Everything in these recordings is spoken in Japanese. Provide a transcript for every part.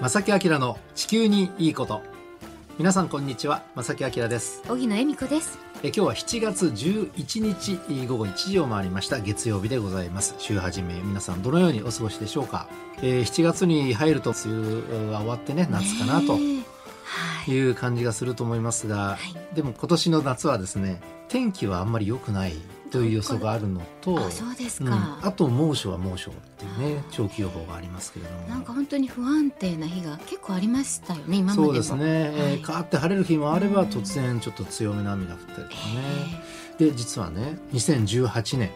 正木明の地球にいいこと皆さんこんにちは正木明です荻野恵美子ですえ今日は7月11日えー午後1時を回りました月曜日でございます週始め皆さんどのようにお過ごしでしょうか、えー7月に入ると梅雨は終わってね夏かなとねえはいいう感じがすると思いますが、はいでも今年の夏はですね天気はあんまり良くないという予想があるのとあそうですうん、か、あと猛暑は猛暑っていうねあー長期予報がありますけれどもなんか本当に不安定な日が結構ありましたよね今までもそうですね、えーはいカーって晴れる日もあればうん突然ちょっと強めの雨が降ったりとえかね、で実はね2018年え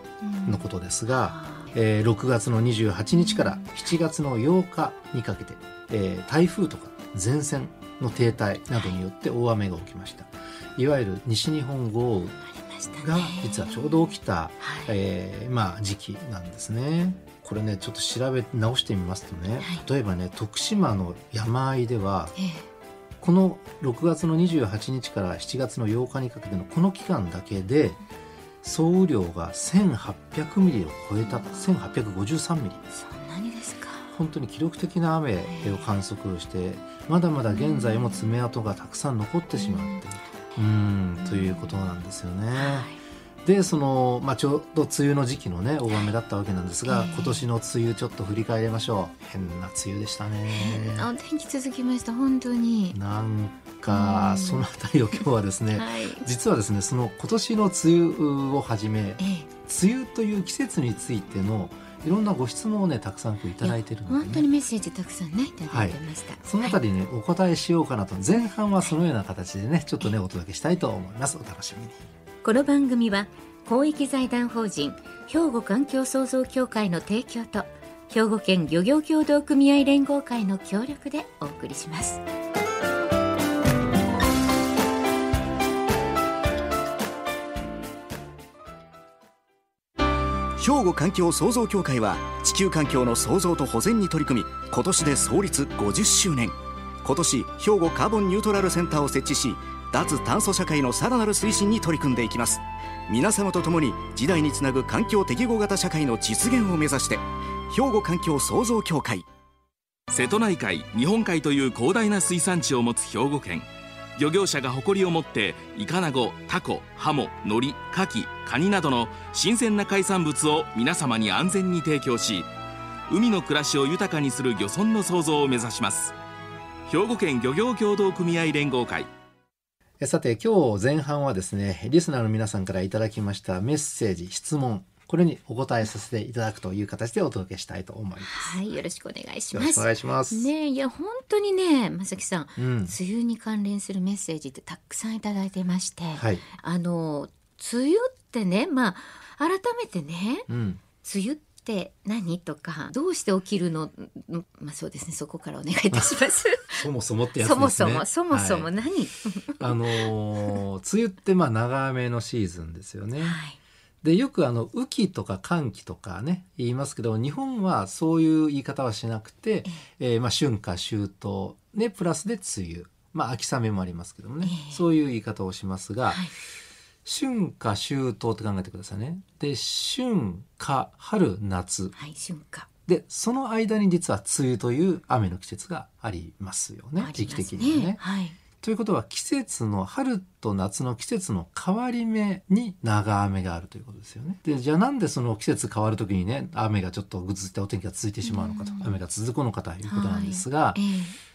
うんのことですが、はいえー6月の28日から7月の8日にかけて、えー台風とか前線の停滞などによって大雨が起きましたいわゆる西日本豪ありましたね雨が実はちょうど起きた、はいえーまあ時期なんですねこれねちょっと調べ直してみますとね、はい例えばね徳島の山あいではえこの6月の28日から7月の8日にかけてのこの期間だけで総雨量が1800ミリを超えた1853ミリえそんなにですか本当に記録的な雨を観測してまだまだ現在も爪痕がたくさん残ってしまっているうんということなんですよねは。いでその、まあ、ちょうど梅雨の時期のね大雨だったわけなんですがええ今年の梅雨ちょっと振り返りましょう変な梅雨でしたね変なお天気続きました本当になんかうんそのあたりを今日はですねはい実はですねその今年の梅雨をはじめええ梅雨という季節についてのいろんなご質問をねたくさんこういただいてるの本当で、にね、メッセージたくさんねいただいてました、そのあたりねお答えしようかなと前半はそのような形でねちょっとねお届けしたいと思いますお楽しみにこの番組は公益財団法人兵庫環境創造協会の提供と兵庫県漁業協同組合連合会の協力でお送りします兵庫環境創造協会は地球環境の創造と保全に取り組み今年で創立50周年今年兵庫カーボンニュートラルセンターを設置し脱炭素社会のさらなる推進に取り組んでいきます皆様と共に時代につなぐ環境適合型社会の実現を目指して兵庫環境創造協会瀬戸内海日本海という広大な水産地を持つ兵庫県漁業者が誇りを持ってイカナゴタコハモノリカキカニなどの新鮮な海産物を皆様に安全に提供し海の暮らしを豊かにする漁村の創造を目指します兵庫県漁業協同組合連合会えさて今日前半はですねリスナーの皆さんからいただきましたメッセージ質問これにお答えさせていただくという形でお届けしたいと思いますはいよろしくお願いしよまろしくお願すいします、ねえいや本当にねまさきさんうん梅雨に関連するメッセージってたくさんいただいてまして、はいあの梅雨ってねまあ改めてねうん梅雨って何とかどうして起きるのうんまあそうですねそこからお願いいたします。そもそも ってやつでそすもねそもそもそはもい何、はいあのー梅雨ってまあ長雨のシーズンですよね。でよくあの雨季とか寒季とかね言いますけど日本はそういう言い方はしなくて、えーまあ、春夏秋冬ねプラスで梅雨、まあ、秋雨もありますけどもね、ええそういう言い方をしますが、はい春夏秋冬って考えてくださいね。で春夏春夏はい、瞬間、でその間に実は梅雨という雨の季節がありますよねあります時ね期的にはね。はい、ということは季節の春と夏の季節の変わり目に長雨があるということですよね。でじゃあなんでその季節変わる時にね雨がちょっとぐずってお天気が続いてしまうのかとうん雨が続くのかということなんですが、ええ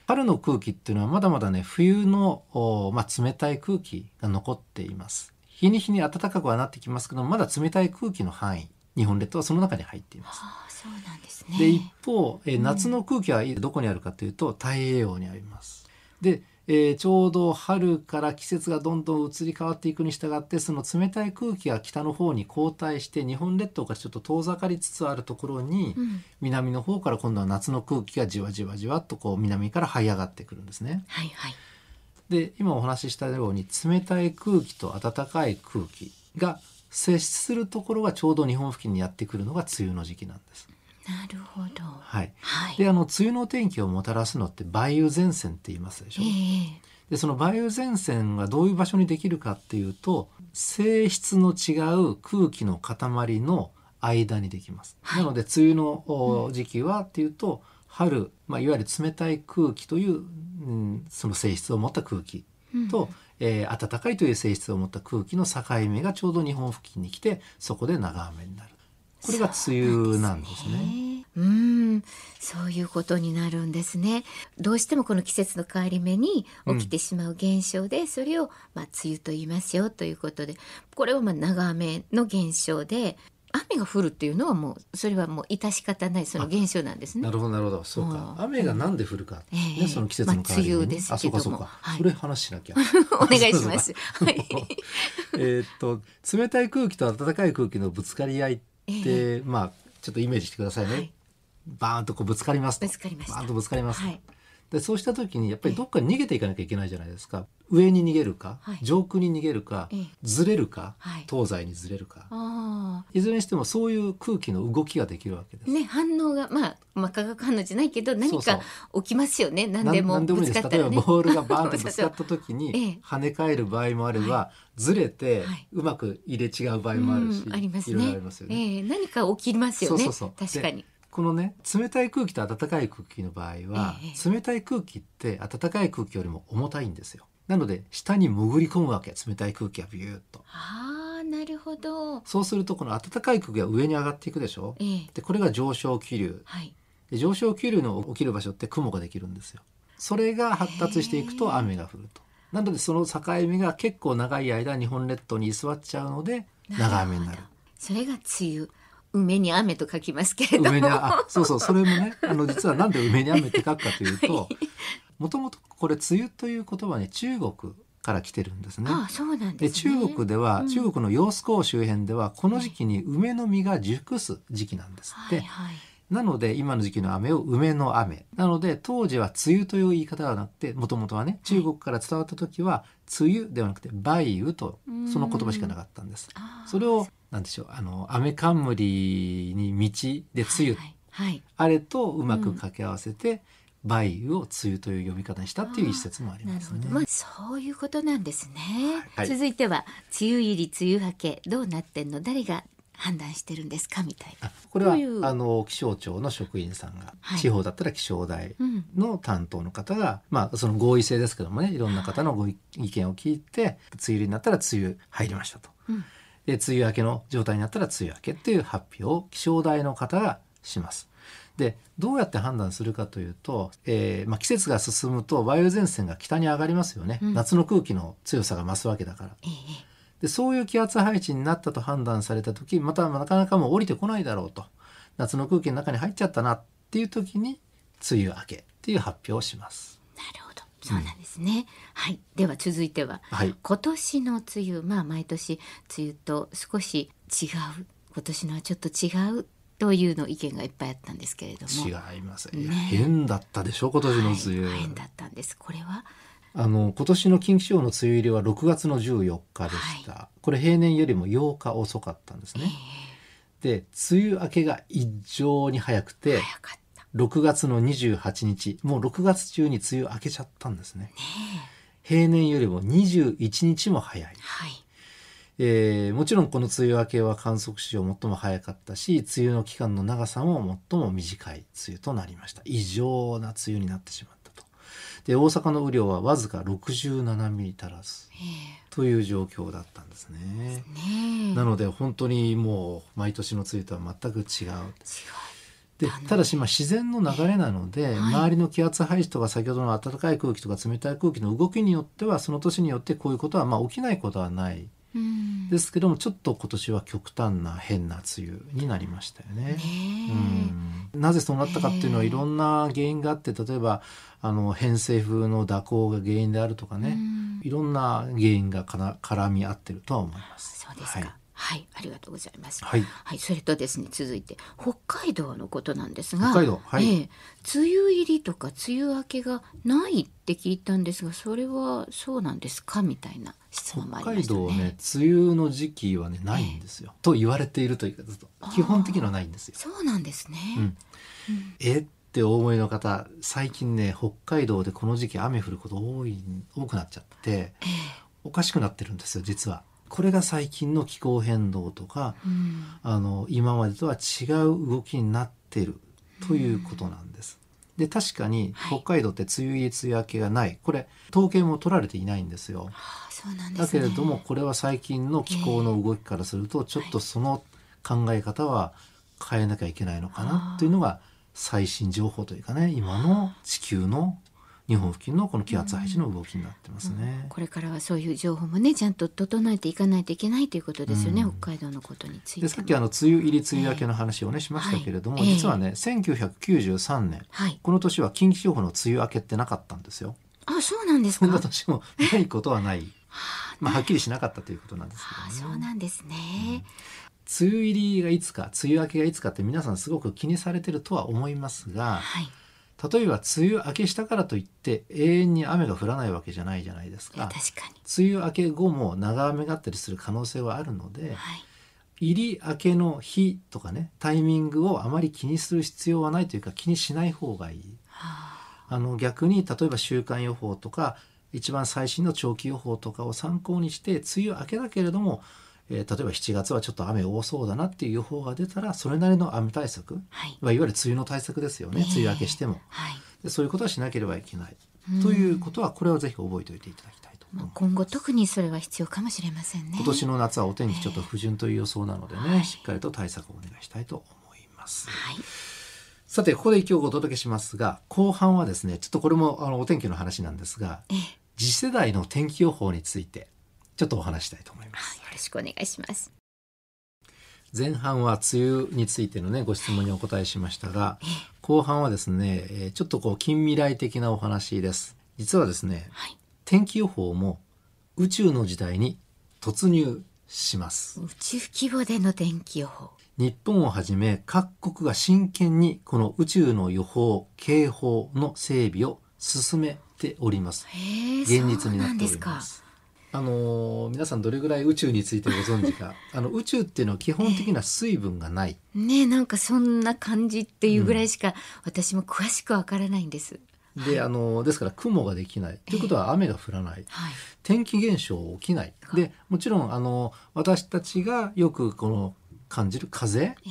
春の空気っていうのはまだまだね冬の、おまあ、冷たい空気が残っています。日に日に暖かくはなってきますけどまだ冷たい空気の範囲日本列島はその中に入っています。ああ、そうなんですね。で一方、えーうん夏の空気はどこにあるかというと太平洋にあります。で、えーちょうど春から季節がどんどん移り変わっていくに従ってその冷たい空気が北の方に後退して日本列島からちょっと遠ざかりつつあるところに、うん、南の方から今度は夏の空気がじわじわじわっとこう南から這い上がってくるんですね。はいはい。で今お話ししたように冷たい空気と暖かい空気が接するところがちょうど日本付近にやってくるのが梅雨の時期なんです。なるほど。はい、はい。であの梅雨の天気をもたらすのって梅雨前線って言いますでしえょ、えでその梅雨前線がどういう場所にできるかっていうと性質の違う空気の塊の間にできます、はいなので梅雨のお時期はっていうと春、まあ、いわゆる冷たい空気という、うん、その性質を持った空気と、えー暖かいという性質を持った空気の境目がちょうど日本付近に来てそこで長雨になるこれが梅雨なんですね。うん、そういうことになるんですね。どうしてもこの季節の変わり目に起きてしまう現象で、それをまあ梅雨と言いますよということで、これはまあ長雨の現象で、雨が降るっていうのはもうそれはもう致し方ないその現象なんですねな。るほどなるほどそうかうん雨がなんで降るか、ねええその季節の変わり目ね、まあ梅雨ですけどもあそうかそうか、はいそれ話しなきゃ お願いします。そはうい。そうそうえーっと冷たい空気と暖かい空気のぶつかり合いって、えまあちょっとイメージしてくださいね、はいバーンとこうぶつかりますとぶつかりましたバーンとぶつかりますと、はいでそうした時にやっぱりどっかに逃げていかなきゃいけないじゃないですか上に逃げるか、はい上空に逃げるか、ええずれるか、はい東西にずれるか、あいずれにしてもそういう空気の動きができるわけですあ、ね反応がまあまあ化学反応じゃないけど何そうか起きますよね。何でもなんぶつでかいいですった例えばらね。ボールがバーンとぶつかっそうた時 ええに跳ね返る場合もあれば、ずれてはいうまく入れ違う場合そうもあるし、うんありますいろいろね。ありますよね。ええ何か起きますよね。そうそうそう確かに。このね冷たい空気と暖かい空気の場合は、え冷たい空気って暖かい空気よりも重たいんですよ。なので下に潜り込むわけ冷たい空気がビューッと。ああなるほど。そうするとこの暖かい空気が上に上がっていくでしょええでこれが上昇気流はい。で上昇気流の起きる場所って雲ができるんですよそれが発達していくと雨が降るとなのでその境目が結構長い間日本列島に居座っちゃうので長雨になるほど。それが梅雨。梅に雨と書きますけれど梅にも。あそうそうそれもねあの実はなんで梅に雨って書くかというともともとこれ梅雨という言葉に中国から来てるんですねああそうなんでです中ね。国では、うん中国の揚子江周辺ではこの時期に梅の実が熟す時期なんですっはて、いはい。なので今の時期の雨を梅の雨なので当時は梅雨という言い方がなくてもともとはね中国から伝わった時は梅雨ではなくて梅雨とうんその言葉しかなかったんですああそれをなんでしょうあの雨冠に道で梅雨、はいはい。はいあれとうまく掛け合わせて梅雨を梅雨という読み方にしたっていう一説もありなまるすほねど、まあ、そういうことなんですね、はい続いては梅雨入り梅雨明けどうなってんの誰が判断してるんですかみたいなあこれはどういうあの気象庁の職員さんが、はい地方だったら気象台うんの担当の方が、まあ、その合意性ですけどもねいろんな方のご意意見を聞いて梅雨入りになったら梅雨入りましたと、うんで梅雨明けの状態になったら梅雨明けっていう発表を気象台の方がします。でどうやって判断するかというと、えーまあ、季節が進むと梅雨前線が北に上がりますよね、うん夏の空気の強さが増すわけだから。ええでそういう気圧配置になったと判断された時またなかなかもう降りてこないだろうと夏の空気の中に入っちゃったなっていう時に梅雨明けっていう発表をします。なるほどそうなんですね、はいでは続いてははい、今年の梅雨まあ毎年梅雨と少し違う今年のはちょっと違うというの意見がいっぱいあったんですけれども違います、いやね変だったでしょ今年の梅雨、はい、変だったんですこれはあの今年の近畿地方の梅雨入りは6月の14日でした、これ平年よりも8日遅かったんですね、で梅雨明けが異常に早くて早かった6月の28日もう6月中に梅雨明けちゃったんですね平年よりも21日も早い、はいえーもちろんこの梅雨明けは観測史上最も早かったし梅雨の期間の長さも最も短い梅雨となりました異常な梅雨になってしまったとで大阪の雨量はわずか67ミリ足らずという状況だったんですねねえなので本当にもう毎年の梅雨とは全く違うでただしまあ自然の流れなので、周りの気圧配置とか先ほどの暖かい空気とか冷たい空気の動きによってはその年によってこういうことはまあ起きないことはないうんですけどもちょっと今年は極端な変な梅雨になりましたよね。ねえうんなぜそうなったかっていうのはいろんな原因があって例えばあの偏西風の蛇行が原因であるとかね、うんいろんな原因がかな絡み合ってるとは思います。そうですかはいはい、ありがとうございますはいそれとですね続いて北海道のことなんですが北海道はいええ梅雨入りとか梅雨明けがないって聞いたんですがそれはそうなんですかみたいな質問もあ北海りました道はねね梅雨の時期はねないんですよ、と言われているというかずっと基本的にはないんですよ。そうなんですね、んえってお思いの方最近ね北海道でこの時期雨降ること多い多くなっちゃっておかしくなってるんですよ実は。これが最近の気候変動とか、うんあの今までとは違う動きになっているということなんです。で確かにはい北海道って梅雨入り梅雨明けがないこれ統計も取られていないんですよ。あそうなんです、ね、だけれどもこれは最近の気候の動きからするとちょっとその考え方は変えなきゃいけないのかなっていうのが最新情報というかね今の地球の日本付近のこの気圧配置の動きになってますね。これからはそういう情報もねちゃんと整えていかないといけないということですよね、北海道のことについてもでさっきあの梅雨入り梅雨明けの話をねしましたけれども、はいええ実はね1993年はいこの年は近畿地方の梅雨明けってなかったんですよ。あそうなんですそかんな年もないことはない。まあはっきりしなかったということなんですあけそどうね。なんですね、梅雨入りがいつか梅雨明けがいつかって皆さんすごく気にされてるとは思いますがはい例えば梅雨明けしたからといって永遠に雨が降らないわけじゃないじゃないです確かかに梅雨明け後も長雨があったりする可能性はあるのではい入り明けの日とかねタイミングをあまり気にする必要はないというか気にしない方がいい。あの逆に例えば週間予報とか一番最新の長期予報とかを参考にして梅雨明けだけれども、えー例えば7月はちょっと雨多そうだなっていう予報が出たらそれなりの雨対策、はいまあいわゆる梅雨の対策ですよね、ええ梅雨明けしてもはいでそういうことはしなければいけない、ということはこれをぜひ覚えておいていただきたいと思まいあます。今後特にそれは必要かもしれませんね今年の夏はお天気ちょっと不順という予想なのでね、はいしっかりと対策をお願いしたいと思います。はいさてここで今日お届けしますが後半はですねちょっとこれもあのお天気の話なんですがええ次世代の天気予報についてちょっとお話したいと思いますあよろしくお願いします前半は梅雨についてのねご質問にお答えしましたが後半はですねえーちょっとこう近未来的なお話です実はですねはい天気予報も宇宙の時代に突入します宇宙規模での天気予報日本をはじめ各国が真剣にこの宇宙の予報警報の整備を進めておりますへえ現実になそうっておんでりすまかす。あのー皆さんどれぐらい宇宙についてご存知 かあの宇宙っていうのは基本的には水分がない、ねえなんかそんな感じっていうぐらいしか私も詳しくわからないんです、であのーですから雲ができないということは雨が降らない、はい天気現象起きないはいでもちろんあのー私たちがよくこの感じる風ええ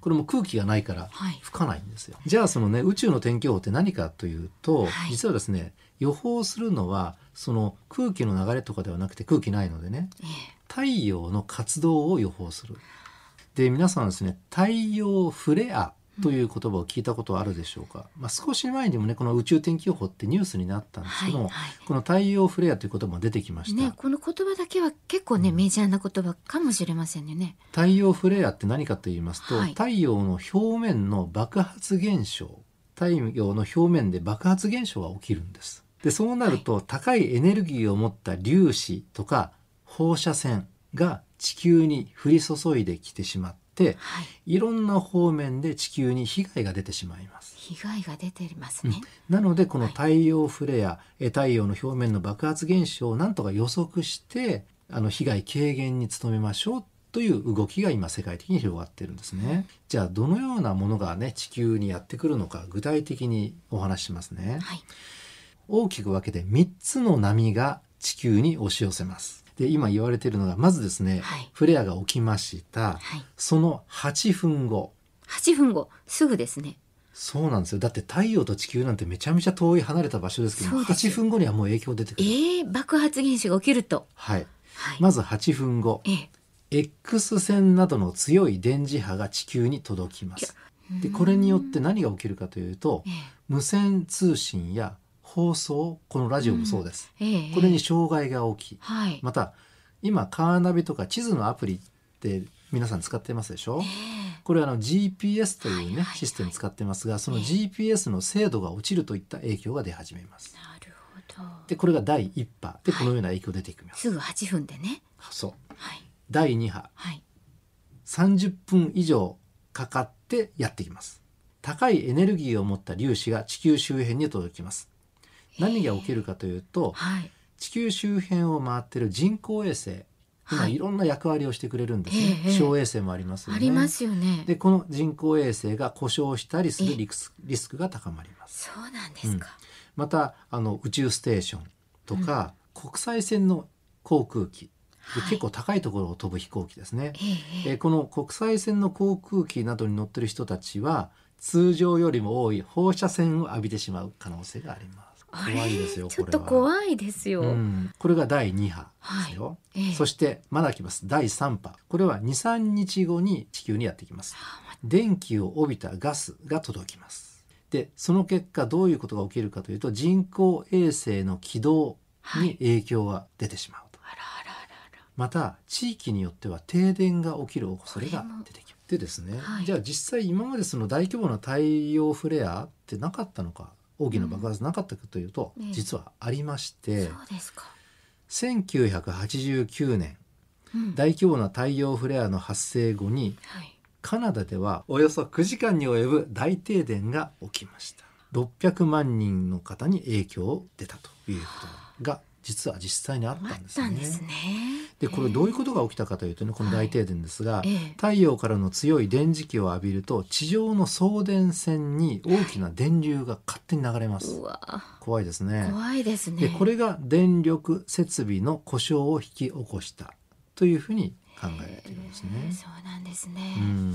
これも空気がないからはい吹かないんですよ。じゃあそのね宇宙の天気予報って何かというと、はい実はですね予報するのはその空気の流れとかではなくて空気ないのでねええ太陽の活動を予報する。で皆さんですね太陽フレアという言葉を聞いたことはあるでしょうか、まあ、少し前にもねこの宇宙天気予報ってニュースになったんですけども、はいはいこの太陽フレアという言葉も出てきました、ね、この言葉だけは結構ね、メジャーな言葉かもしれませんよね。太陽フレアって何かと言いますと、はい太陽の表面の爆発現象太陽の表面で爆発現象が起きるんですでそうなると、高いエネルギーを持った粒子とか放射線が地球に降り注いできてしまってはい、いろんな方面で地球に被害が出てしまいます被害が出てますね。なのでこの太陽フレア、え太陽の表面の爆発現象をなんとか予測してあの被害軽減に努めましょうという動きが今世界的に広がってるんですね。じゃあどのようなものがね地球にやってくるのか具体的にお話ししますね。はい、大きく分けて3つの波が地球に押し寄せます。で今言われているのがまずですね、はいフレアが起きました、はいその8分後八分後、すぐですね。そうなんですよだって太陽と地球なんてめちゃめちゃ遠い離れた場所ですけどそうです8分後にはもう影響出てくる、ええ爆発現象が起きると。はい、はい。まず8分後ええ X 線などの強い電磁波が地球に届きますでこれによって何が起きるかというとえ無線通信や放送このラジオもそうです、えええこれに障害が起きはい。また今カーナビとか地図のアプリって皆さん使ってますでしょ、これはあの GPS というね、はいはいはいシステム使ってますがそのええ GPS の精度が落ちるといった影響が出始めます。なるほど。でこれが第1波でこのような影響出てきます。すぐ八分でね。そうはい。第2波はい。 30分以上かかってやってきます高いエネルギーを持った粒子が地球周辺に届きます何が起きるかというとはい。地球周辺を回ってる人工衛星今はいいろんな役割をしてくれるんですねええ小衛星もありますよねありますよね。でこの人工衛星が故障したりするリスリスクが高まりますそうなんですか。またあの宇宙ステーションとか、国際線の航空機ではい結構高いところを飛ぶ飛行機ですね、えええええーこの国際線の航空機などに乗ってる人たちは通常よりも多い放射線を浴びてしまう可能性があります。あ怖れいですよ。ちょこっれとは怖いですよ。うん、これが第2波ですよ、はいええそしてまだ来ます第3波これは23日後に地球にやってきます電気を帯びたガスが届きますでその結果どういうことが起きるかというと人工衛星の軌道に影響が出てしまうと、あらあらあまた地域によっては停電が起きる恐れが出てきますでですね、はいじゃあ実際今までその大規模な太陽フレアってなかったのか大きな爆発なかったかというと、うんええ実はありまして、らら。そうですか。 1989年うん大規模な太陽フレアの発生後にはい。カナダではおよそ9時間に及ぶ大停電が起きました600万人の方に影響を出たということが実は実際にあったあんでっすね。たんですね。でこれどういうことが起きたかというとねこの大停電ですが、ええ太陽からの強い電磁気を浴びると地上の送電線に大きな電流が勝手に流れまうす。わ、怖いですね。怖いですね。でこれが電力設備の故障を引き起こしたというふうに考えられているんですね。えーそうなんですね。うん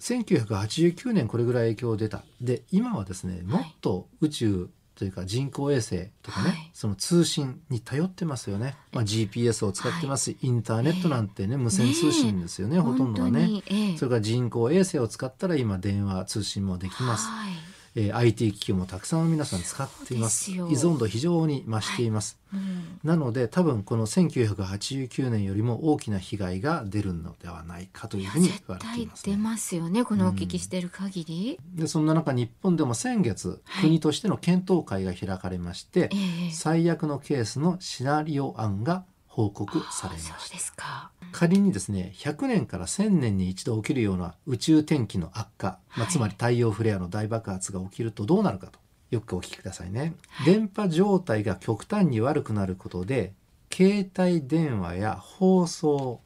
1989年これぐらい影響出たで今はですねもっと宇宙というか人工衛星とかね、はいその通信に頼ってますよね、まあ、GPS を使ってます、インターネットなんてね無線通信ですよねほとんどはね本。当にええそれから人工衛星を使ったら今電話通信もできますはい。えー IT 機器もたくさん皆さん使っていますそう依ですよ存度非常に増しています、うんなので多分この1989年よりも大きな被害が出るのではないかというふうに言絶われてい対ますね、出ますよね。このお聞きしてる限り。でそんな中日本でも先月、はい国としての検討会が開かれましてええ最悪のケースのシナリオ案が報告されましそたうですか。仮にですね100年から1000年に一度起きるような宇宙天気の悪化、まはあ、いつまり太陽フレアの大爆発が起きるとどうなるかとよくお聞きくださいね。電波状態が極端に悪くなることで携帯電話や放送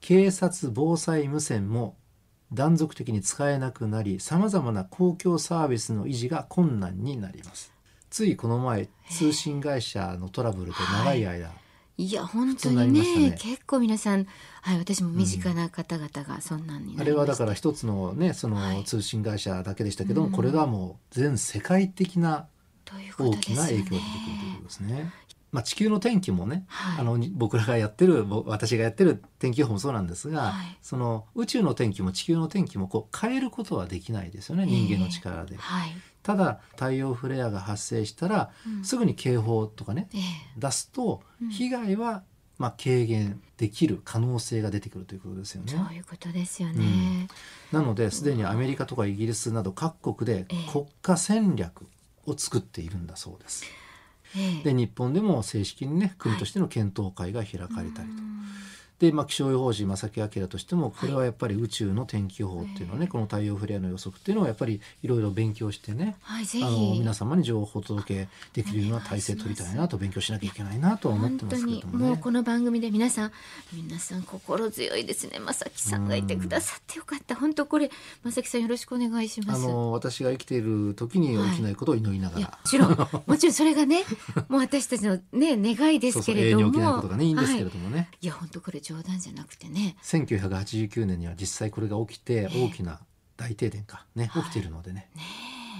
警察防災無線も断続的に使えなくなりさまざまな公共サービスの維持が困難になります。ついこの前通信会社のトラブルで長い間、いや本当そうなりにましたねね結構皆さんはい私も身近な方々がそんなんになありれまはしただから一つのねそはのい通信会社だけでしたけども、うんこれがもう全世界的なということ大ですきよなね影響が出てくるということですね。まあ、地球の天気もね、はいあのに僕らがやってるぼ私がやってる天気予報もそうなんですが、はいその宇宙の天気も地球の天気もこう変えることはできないですよねええ人間の力で。はい、ただ太陽フレアが発生したら、うんすぐに警報とかねええ出すとうん被害はまあ軽減できる可能性が出てくるということですよね。そういうことですよね、うんなのですでにアメリカとかイギリスなど各国でええ国家戦略を作っているんだそうです。ええで日本でも正式にね国としての検討会が開かれたりと、うんで、まあ、気象予報士正木明としてもこれはやっぱり宇宙の天気予報っていうのはね、ええこの太陽フレアの予測っていうのをやっぱりいろいろ勉強してねはいぜあのひ皆様に情報をお届けできるような体制取りたいなと勉強しなきゃいけないなとは思っ本てま当すけにどもね。もうこの番組で皆さん皆さん心強いですねまさきさんがいてくださってよかった本当これまさきさんよろしくお願いしまあすの私が生きている時に起きないことを祈りながいら、やもちろん もちろんそれがねもう私たちのね願いでそうすそけうれ永ど遠に起きもないことがねいいんですけれはどもね。い、いや本当これ冗談じゃなくてね1989年には実際これが起きてえ大きな大停電かね起きているのでね,、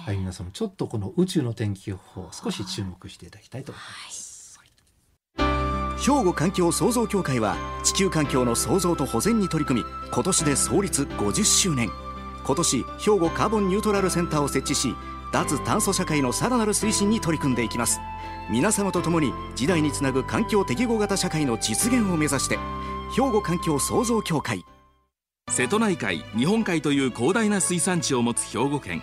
はい、皆さんもちょっとこの宇宙の天気予報少し注目していただきたいと思います、兵庫環境創造協会は地球環境の創造と保全に取り組み今年で創立50周年今年兵庫カーボンニュートラルセンターを設置し脱炭素社会のさらなる推進に取り組んでいきます皆様と共に時代につなぐ環境適合型社会の実現を目指して兵庫環境創造協会瀬戸内海日本海という広大な水産地を持つ兵庫県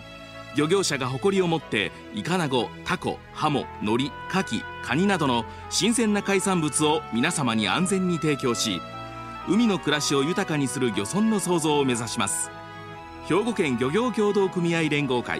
漁業者が誇りを持ってイカナゴタコハモノリカキカニなどの新鮮な海産物を皆様に安全に提供し海の暮らしを豊かにする漁村の創造を目指します兵庫県漁業協同組合連合会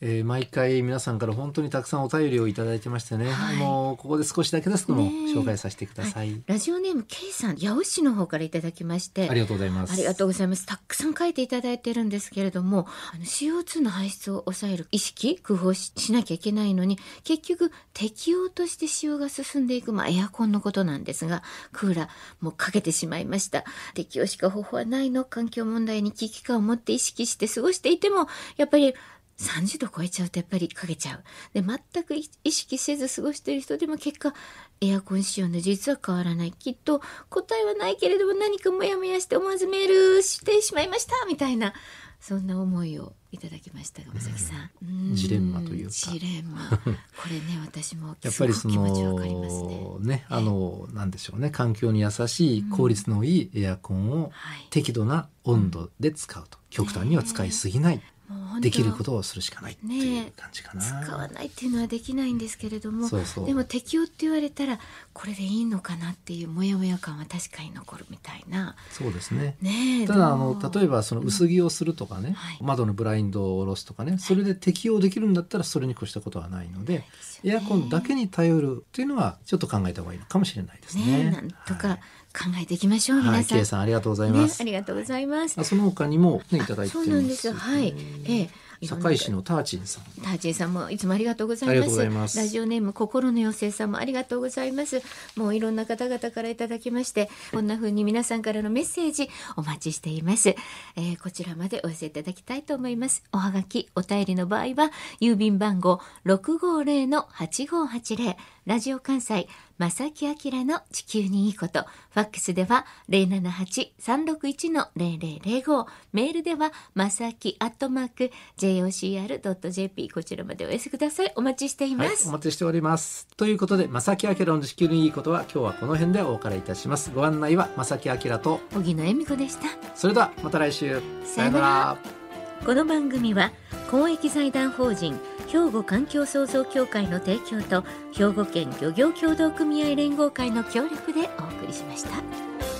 ええー毎回皆さんから本当にたくさんお便りをいただいてましてね、はいもうここで少しだけですけども、ねえ紹介させてください、ラジオネーム K さん八尾市の方からいただきましてありがとうございますありがとうございます。たくさん書いていただいてるんですけれども、あの CO2 の排出を抑える意識、工夫をししなきゃいけないのに、結局適用として使用が進んでいく、まあエアコンのことなんですが、クーラーもかけてしまいました。適用しか方法はないの、環境問題に危機感を持って意識して過ごしていても、やっぱり30度超えちゃうとやっぱりかけちゃう。で、全く意識せず過ごしている人でも結果、エアコン使用の事実は変わらない。きっと答えはないけれども何かモヤモヤして思わずメールしてしまいましたみたいな、そんな思いをいただきましたが、尾崎さん。うんジレンマというかジレンマ。これね、私もやっすごぱりくそ気持ちわかります ね。のねあのなんでしょうね環境に優しい効率のいいエアコンをはい適度な温度で使うと極端には使いすぎないもう本当できることをするしかないっていねうえ感じか使な。わないっていうのはできないんですけれどもそうそうでも適用って言われたらこれでいいのかなっていうモヤモヤ感は確かに残るみたいなそうですね。ねえただあの例えばばその薄着をするとかね、はい窓のブラインドを下ろすとかねそれで適用できるんだったらそれに越したことはないので、エアコンだけに頼るっていうのはちょっと考えた方がいいのかもしれないですね。ねえなんとはか考えていきましょう、い、はい、皆さん、 K さんありがとうございまねす。ありがとうございます、あその他にも、ね、いただいてそます。うなんですよはい、ええ堺市のターチンさん。タージンさんもいつもありがとうござありいがまとうごす。ざいますラジオネーム心の妖精さんもありがとうございます。もういろんな方々からいただきまして、こんな風に皆さんからのメッセージお待ちしています。えーこちらまでお寄せいただきたいと思います。おはがき、お便りの場合は、郵便番号650-8580、ラジオ関西、正木明の地球にいいこと。ファックスでは078-361-0005。メールでは正木アットマーク jocr.jp こちらまでお寄せください。お待ちしていはまい、おす。待ちしております。ということで、正木明の地球のいいことは、今日はこの辺でお別れいたします。ご案内は正木明と、荻野恵美子でした。それではまた来週。さよなら。この番組は公益財団法人兵庫環境創造協会の提供と兵庫県漁業協同組合連合会の協力でお送りしました。